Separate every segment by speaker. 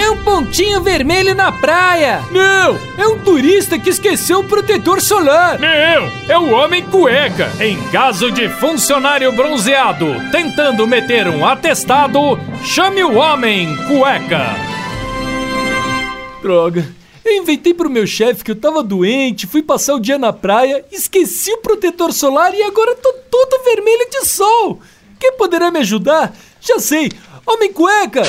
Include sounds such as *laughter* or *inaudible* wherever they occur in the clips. Speaker 1: É um pontinho vermelho na praia.
Speaker 2: Não!
Speaker 1: É um turista que esqueceu o protetor solar.
Speaker 2: Meu! É o homem cueca! Em caso de funcionário bronzeado tentando meter um atestado, chame o homem cueca!
Speaker 1: Droga. Eu inventei pro meu chefe que eu tava doente, fui passar o dia na praia, esqueci o protetor solar e agora tô todo vermelho de sol. Quem poderá me ajudar? Já sei. Homem cueca!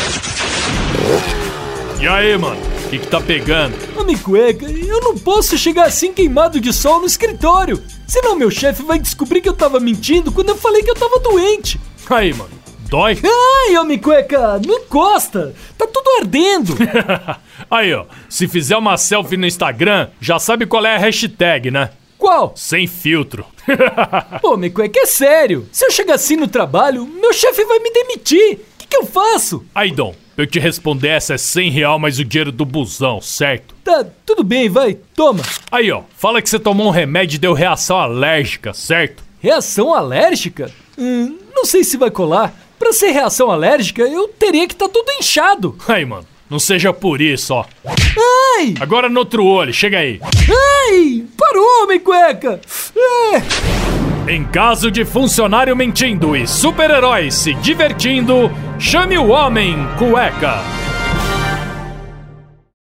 Speaker 2: E aí, mano? O que, que tá pegando?
Speaker 1: Homem cueca, eu não posso chegar assim queimado de sol no escritório. Senão meu chefe vai descobrir que eu tava mentindo quando eu falei que eu tava doente.
Speaker 2: Aí, mano.
Speaker 1: *laughs*
Speaker 2: Dói?
Speaker 1: Ai, homem cueca, não encosta. Tá tudo ardendo.
Speaker 2: Aí, ó. Se fizer uma selfie no Instagram, já sabe qual é a hashtag, né?
Speaker 1: Qual?
Speaker 2: Sem filtro. *laughs*
Speaker 1: Pô, homem cueca, é sério. Se eu chegar assim no trabalho, meu chefe vai me demitir. O que, que eu faço?
Speaker 2: Aí, Dom. Pra eu te responder, essa é 100 real mais o dinheiro do busão, certo?
Speaker 1: Tá, tudo bem, vai, toma.
Speaker 2: Aí, ó. Fala que você tomou um remédio e deu reação alérgica, certo?
Speaker 1: Reação alérgica? Hum, não sei se vai colar. Pra ser reação alérgica, eu teria que estar tá tudo inchado.
Speaker 2: Aí, mano. Não seja por isso, ó.
Speaker 1: Ai!
Speaker 2: Agora no outro olho, chega aí.
Speaker 1: Ai! Parou, homem cueca! É.
Speaker 2: Em caso de funcionário mentindo e super-heróis se divertindo, chame o Homem Cueca.